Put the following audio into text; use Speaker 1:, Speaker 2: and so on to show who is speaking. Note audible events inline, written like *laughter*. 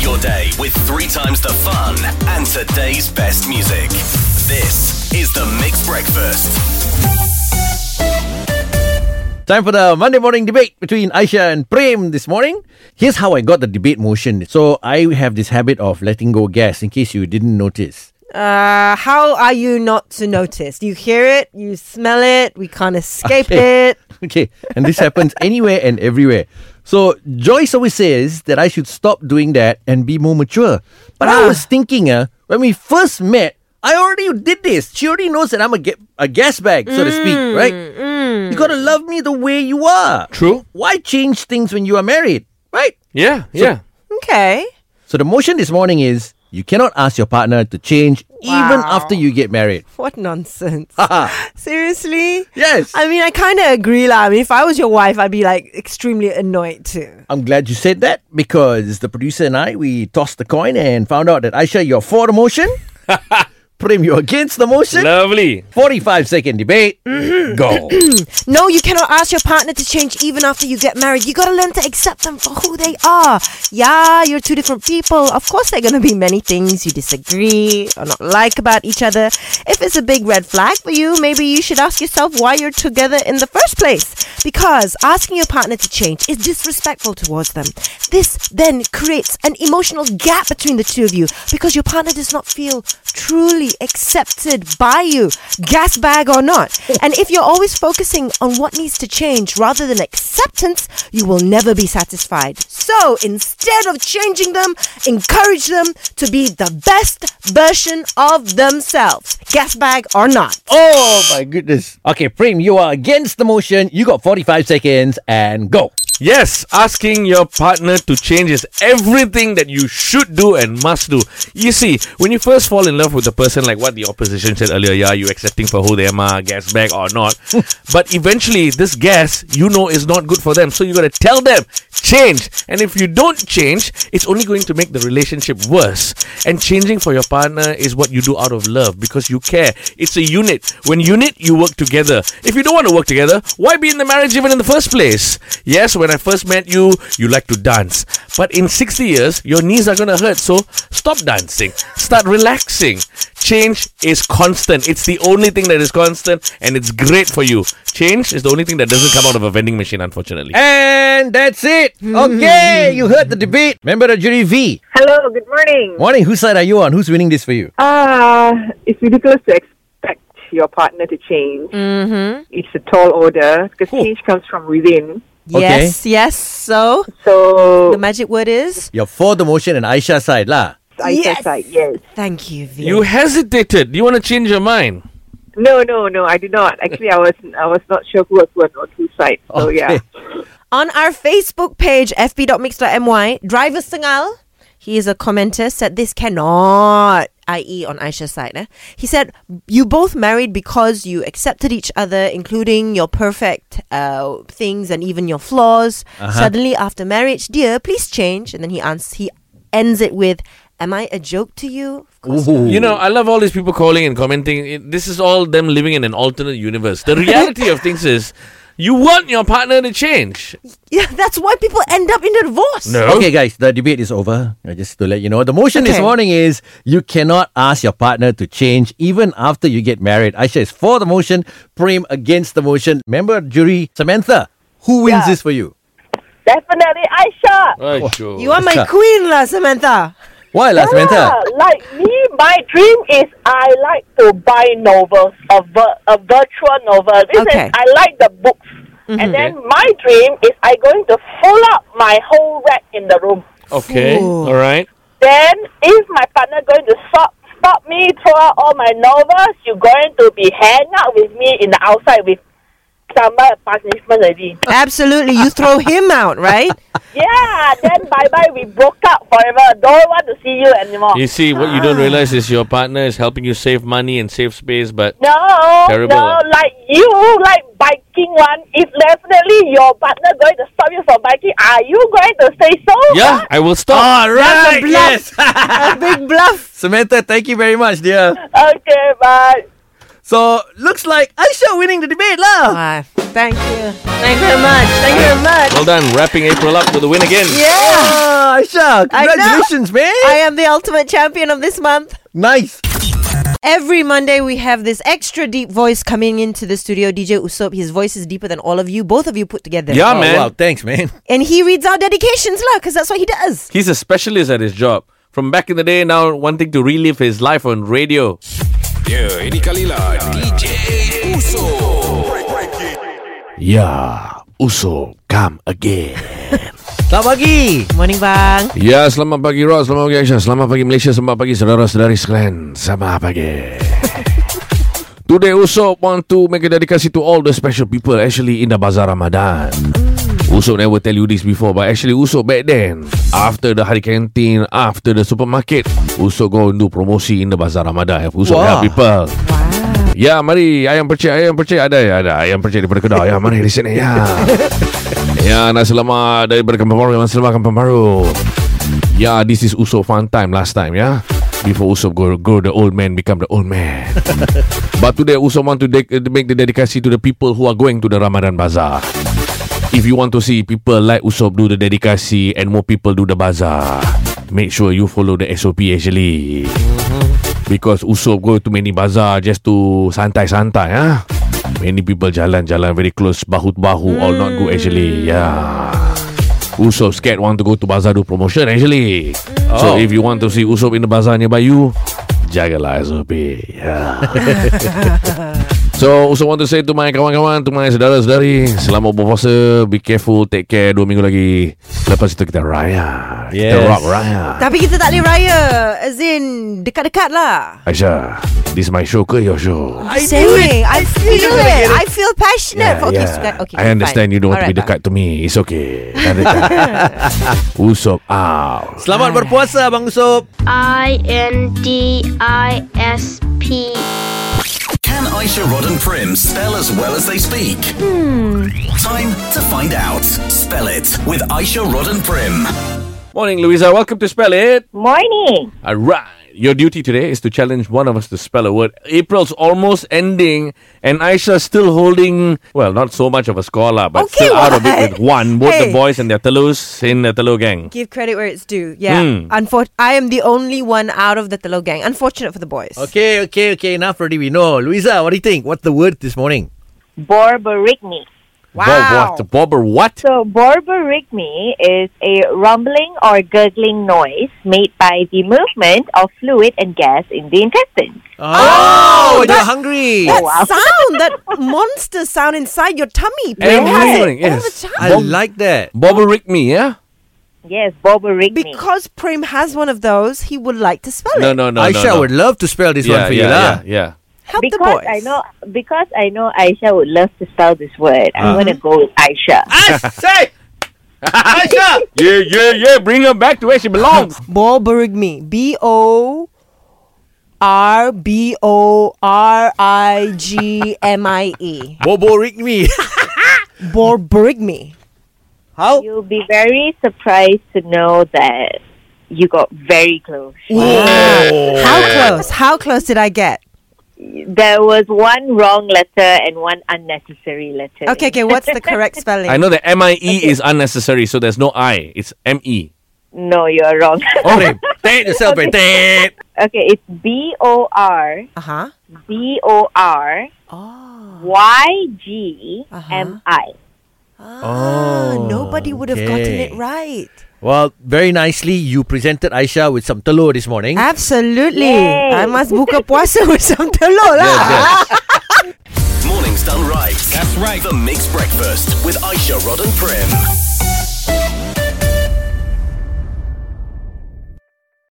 Speaker 1: your day with three times the fun and today's best music. This is the Mixed Breakfast.
Speaker 2: Time for the Monday morning debate between Aisha and Prem this morning. Here's how I got the debate motion. So I have this habit of letting go gas in case you didn't notice. *laughs*
Speaker 3: Uh, how are you not to notice? You hear it, you smell it, we can't
Speaker 2: *laughs*
Speaker 3: escape
Speaker 2: Okay.
Speaker 3: it.
Speaker 2: Okay, and this happens *laughs* anywhere and everywhere. So Joyce always says that I should stop doing that and be more mature. But I
Speaker 3: Ah.
Speaker 2: was thinking, uh, when we first met, I already did this. She already knows that I'm a, ga- a gas bag, so to speak, right? You gotta love me the way you are.
Speaker 4: True.
Speaker 2: Why change things when you are married, right?
Speaker 4: Yeah, yeah.
Speaker 3: Okay.
Speaker 2: So the motion this morning is you cannot ask your partner to change even
Speaker 3: Wow.
Speaker 2: after you get married.
Speaker 3: What nonsense.
Speaker 2: Haha.
Speaker 3: Seriously?
Speaker 2: yes.
Speaker 3: I mean, I kind of agree. lah. I mean, if I was your wife, I'd be like extremely annoyed too.
Speaker 2: I'm glad you said that because the producer and I we tossed the coin and found out that Aisha you're for the motion. Prem, you're against the motion.
Speaker 4: Lovely.
Speaker 2: 45 second debate. Go.
Speaker 3: No, you cannot ask your partner to change even after you get married. You gotta learn to accept them for who they are. Yeah, you're two different people. Of course, there are gonna be many things you disagree or not like about each other. If it's a big red flag for you, maybe you should ask yourself why you're together in the first place. Because asking your partner to change is disrespectful towards them. This then creates an emotional gap between the two of you because your partner does not feel truly accepted by you, gas bag or not. And if you're always focusing on what needs to change rather than acceptance, you will never be satisfied. So instead of changing them, encourage them to be the best version of themselves, gas bag or not.
Speaker 2: oh my goodness. Okay, Prem, you are against the motion. You got 45 seconds and go.
Speaker 4: Yes, asking your partner to change is everything that you should do and must do. You see, when you first fall in love with a person, like what the opposition said earlier, yeah, you accepting for who they are, gas bag or not. but eventually, this gas you know is not good for them, so you gotta tell them change. And if you don't change, it's only going to make the relationship worse. And changing for your partner is what you do out of love because you care. It's a unit. When unit, you work together. If you don't want to work together, why be in the marriage even in the first place? Yes, when I first met you, you like to dance. But in 60 years, your knees are going to hurt. So stop dancing. Start relaxing. Change is constant. It's the only thing that is constant and it's great for you. Change is the only thing that doesn't come out of a vending machine, unfortunately.
Speaker 2: Eh. And that's it. Okay, you heard the debate. Member of jury V.
Speaker 5: Hello, good morning.
Speaker 2: Morning, whose side are you on? Who's winning this for you?
Speaker 5: Ah, it's ridiculous to expect your partner to change. Mm-hmm. It's a tall order because
Speaker 2: Cool.
Speaker 5: change comes from within.
Speaker 2: Okay.
Speaker 3: Yes, yes. So
Speaker 5: So,
Speaker 3: the magic word is
Speaker 2: You're for the motion and Aisha side, lah.
Speaker 5: I
Speaker 3: Yes.
Speaker 5: yes. yes.
Speaker 3: thank you, V.
Speaker 4: You hesitated. You want to change your mind.
Speaker 5: No, no, no, I do not. Actually, I was I was not sure who was who and on whose side. So, yeah.
Speaker 2: Okay.
Speaker 3: On our Facebook page, fb.mix.my, Driver Singal, he is a commenter, said this cannot, i.e., on Aisha's side. eh? He said, You both married because you accepted each other, including your perfect uh, things and even your flaws. Suddenly, after marriage, dear, please change. And then he, ans- he ends it with, Am I a joke to you? Of course not.
Speaker 4: You know, I love all these people calling and commenting. It- This is all them living in an alternate universe. *laughs* The reality of things is, you want your partner to change.
Speaker 3: Yeah, that's why people end up in a divorce.
Speaker 2: Okay, guys, the debate is over. Uh, Just to let you know, the motion this
Speaker 3: Okay.
Speaker 2: morning is you cannot ask your partner to change even after you get married. Aisha is for the motion, Prem against the motion. Member of jury Samantha, who wins
Speaker 5: Yeah.
Speaker 2: this for you?
Speaker 5: Definitely Aisha.
Speaker 4: Oh, sure.
Speaker 3: You are my
Speaker 2: Aisha.
Speaker 3: queen, La Samantha.
Speaker 2: Why, last Samantha?
Speaker 5: like me, my dream is I like to buy novels, a, vir- a virtual novel. This
Speaker 3: Okay.
Speaker 5: is, I like the books. And then my dream is I going to fill up my whole rack in the room.
Speaker 4: Okay.
Speaker 3: Ooh.
Speaker 4: All right.
Speaker 5: Then if my partner going to stop stop me, throw out all my novels, you going to be hang out with me in the outside with summer punishment already.
Speaker 3: Absolutely. You throw him out, right?
Speaker 5: yeah, then bye bye, we broke up forever. Don't want to see you anymore.
Speaker 4: You see, what you don't realize is your partner is helping you save money and save space, but
Speaker 5: No,
Speaker 4: Terrible.
Speaker 5: no, like you like biking one. If definitely your partner going to stop you from biking, are you going to say so? *laughs*
Speaker 4: yeah, I will stop.
Speaker 2: All right, yes.
Speaker 3: Big Ah, bluff.
Speaker 2: *laughs* Samantha, thank you very much, dear.
Speaker 5: Okay, bye.
Speaker 2: So looks like Aisha winning the debate lah.
Speaker 3: Ah, thank you. Thank you very much. Thank you very much.
Speaker 4: Well done, wrapping April up with a win again.
Speaker 3: Yeah.
Speaker 2: Ah, Aisha,
Speaker 3: I know.
Speaker 2: congratulations, man.
Speaker 3: I am the ultimate champion of this month.
Speaker 2: nice.
Speaker 3: Every Monday, we have this extra deep voice coming into the studio. DJ Usop, his voice is deeper than all of you, both of you put together.
Speaker 4: Yeah,
Speaker 2: oh,
Speaker 4: man.
Speaker 2: Wow, thanks, man.
Speaker 3: And he reads out dedications, lah, because that's what he does.
Speaker 4: He's a specialist at his job. From back in the day, now wanting to relive his life on radio.
Speaker 6: Ya, ini kalilah DJ Uso.
Speaker 4: Yeah, Uso, come again.
Speaker 2: Selamat pagi.
Speaker 3: Morning, Bang.
Speaker 4: Ya, selamat pagi Ross, selamat pagi Aisyah, selamat pagi Malaysia, selamat pagi saudara-saudari sekalian. Selamat pagi. Today Usop want to make a dedication to all the special people actually in the Bazaar Ramadan. Usop never tell you this before but actually Usop back then after the hari canteen, after the supermarket, Usop go and do promosi in the Bazaar Ramadan. Help Usop
Speaker 2: Wah.
Speaker 4: help people. Ya, mari ayam percik, ayam percik ada ya, ada ayam percik daripada kedai. Ya, mari di sini ya. ya, nak selamat daripada Kampung Baru, yang selamat Kampung Baru. Ya, this is Usop fun time last time ya. Before Usop go, go the old man become the old man. But today also want to dec- uh, make the dedication to the people who are going to the Ramadan Bazaar. If you want to see people like Usop do the dedication and more people do the bazaar, make sure you follow the SOP actually. Because Usop go to many bazaar just to santai-santai ah. Many people jalan-jalan very close bahu-bahu all not good actually. Yeah. Usop scared want to go to bazaar do promotion actually.
Speaker 2: Oh.
Speaker 4: So if you want to see Usop in the bazaar nearby you, jagalah SOP. Yeah. So also want to say to my kawan-kawan To my saudara-saudari Selama berpuasa Be careful Take care Dua minggu lagi Lepas itu kita raya Kita
Speaker 2: Yes.
Speaker 4: rock raya
Speaker 3: Tapi kita tak boleh raya. As in, dekat-dekat lah.
Speaker 4: Aisyah This my show ke your show?
Speaker 2: I
Speaker 3: Same
Speaker 2: knew
Speaker 3: way. I feel
Speaker 2: gonna
Speaker 3: it.
Speaker 2: get it.
Speaker 3: I feel passionate. for okay, Sukan- okay,
Speaker 4: I understand
Speaker 3: fine.
Speaker 4: you don't want
Speaker 3: Alright,
Speaker 4: to be dekat to me It's okay Tak dekat
Speaker 3: *laughs*
Speaker 4: Usop out
Speaker 2: Selamat berpuasa, Abang Usop.
Speaker 7: I N D I S P.
Speaker 1: Can Aisha, Rod, and Prim spell as well as they speak? Hmm. Time to find out. Spell it with Aisha, Rod, and Prim.
Speaker 4: Morning Louisa Welcome to Spell It
Speaker 5: Morning.
Speaker 4: Alright Your duty today is to challenge one of us to spell a word. April's almost ending, and Aisha's still holding, well, not so much of a score, lah, but
Speaker 3: Okay,
Speaker 4: still out of
Speaker 3: what?
Speaker 4: it with one. Both
Speaker 3: Hey.
Speaker 4: the boys and their telus in the telu gang.
Speaker 3: Give credit where it's due. Yeah.
Speaker 4: Hmm.
Speaker 3: Unfor- I am the only one out of the Telo gang. Unfortunate for the boys.
Speaker 2: Okay, okay, okay. Enough already. We know. Louisa, what do you think? What's the word this morning?
Speaker 5: Borborygmi.
Speaker 3: Wow.
Speaker 4: Bob, what? Bob or what?
Speaker 5: So borborygmi is a rumbling or gurgling noise made by the movement of fluid and gas in the intestines.
Speaker 2: Oh, you're hungry.
Speaker 3: That
Speaker 5: wow.
Speaker 3: sound, that monster sound inside your tummy. Prim,
Speaker 4: Every
Speaker 3: has it
Speaker 4: morning,
Speaker 3: all
Speaker 4: yes.
Speaker 3: the
Speaker 2: I
Speaker 3: time.
Speaker 2: like that.
Speaker 4: Bob or Rick me, yeah?
Speaker 5: Yes, borborygmi.
Speaker 3: Because Prim has one of those, he would like to spell it.
Speaker 4: No, no, no.
Speaker 2: Aisha
Speaker 4: no, no.
Speaker 2: would love to spell this
Speaker 4: yeah,
Speaker 2: one for
Speaker 4: yeah,
Speaker 2: you, lah.
Speaker 4: yeah, yeah.
Speaker 3: Help the
Speaker 5: because
Speaker 3: boys.
Speaker 5: I know because I know Aisha would love to spell this word. I'm gonna go with Aisha.
Speaker 4: Aisha! Aisha! yeah, yeah, yeah. Bring her back to where
Speaker 3: *laughs*
Speaker 4: she belongs.
Speaker 3: Borborygmi. B O R B O R I G M I E.
Speaker 2: Bobo rig me.
Speaker 3: Borborygmi.
Speaker 2: How?
Speaker 5: You'll be very surprised to know that you got very close.
Speaker 3: How close? How close did I get?
Speaker 5: There was one wrong letter and one unnecessary letter.
Speaker 3: Okay, okay. What's the
Speaker 4: *laughs*
Speaker 3: correct spelling?
Speaker 4: I know that M I E is unnecessary, so there's no I. It's M E.
Speaker 5: No, you're
Speaker 3: *laughs*
Speaker 5: wrong.
Speaker 4: Oh,
Speaker 2: Take yourself, man. Take.
Speaker 5: okay, it's B O R
Speaker 3: Uh huh.
Speaker 5: B O R
Speaker 3: Oh. Uh-huh.
Speaker 5: Y G M I.
Speaker 4: Oh,
Speaker 3: Ah, nobody would have gotten it
Speaker 2: okay.
Speaker 3: right.
Speaker 2: *laughs* Well, very nicely, you presented Aisha with some telur this morning.
Speaker 3: Absolutely.
Speaker 5: Yay.
Speaker 3: I must buka puasa with some telur lah.
Speaker 1: Morning's done right. That's right. The Mixed Breakfast with Aisha, Rod, and Prim.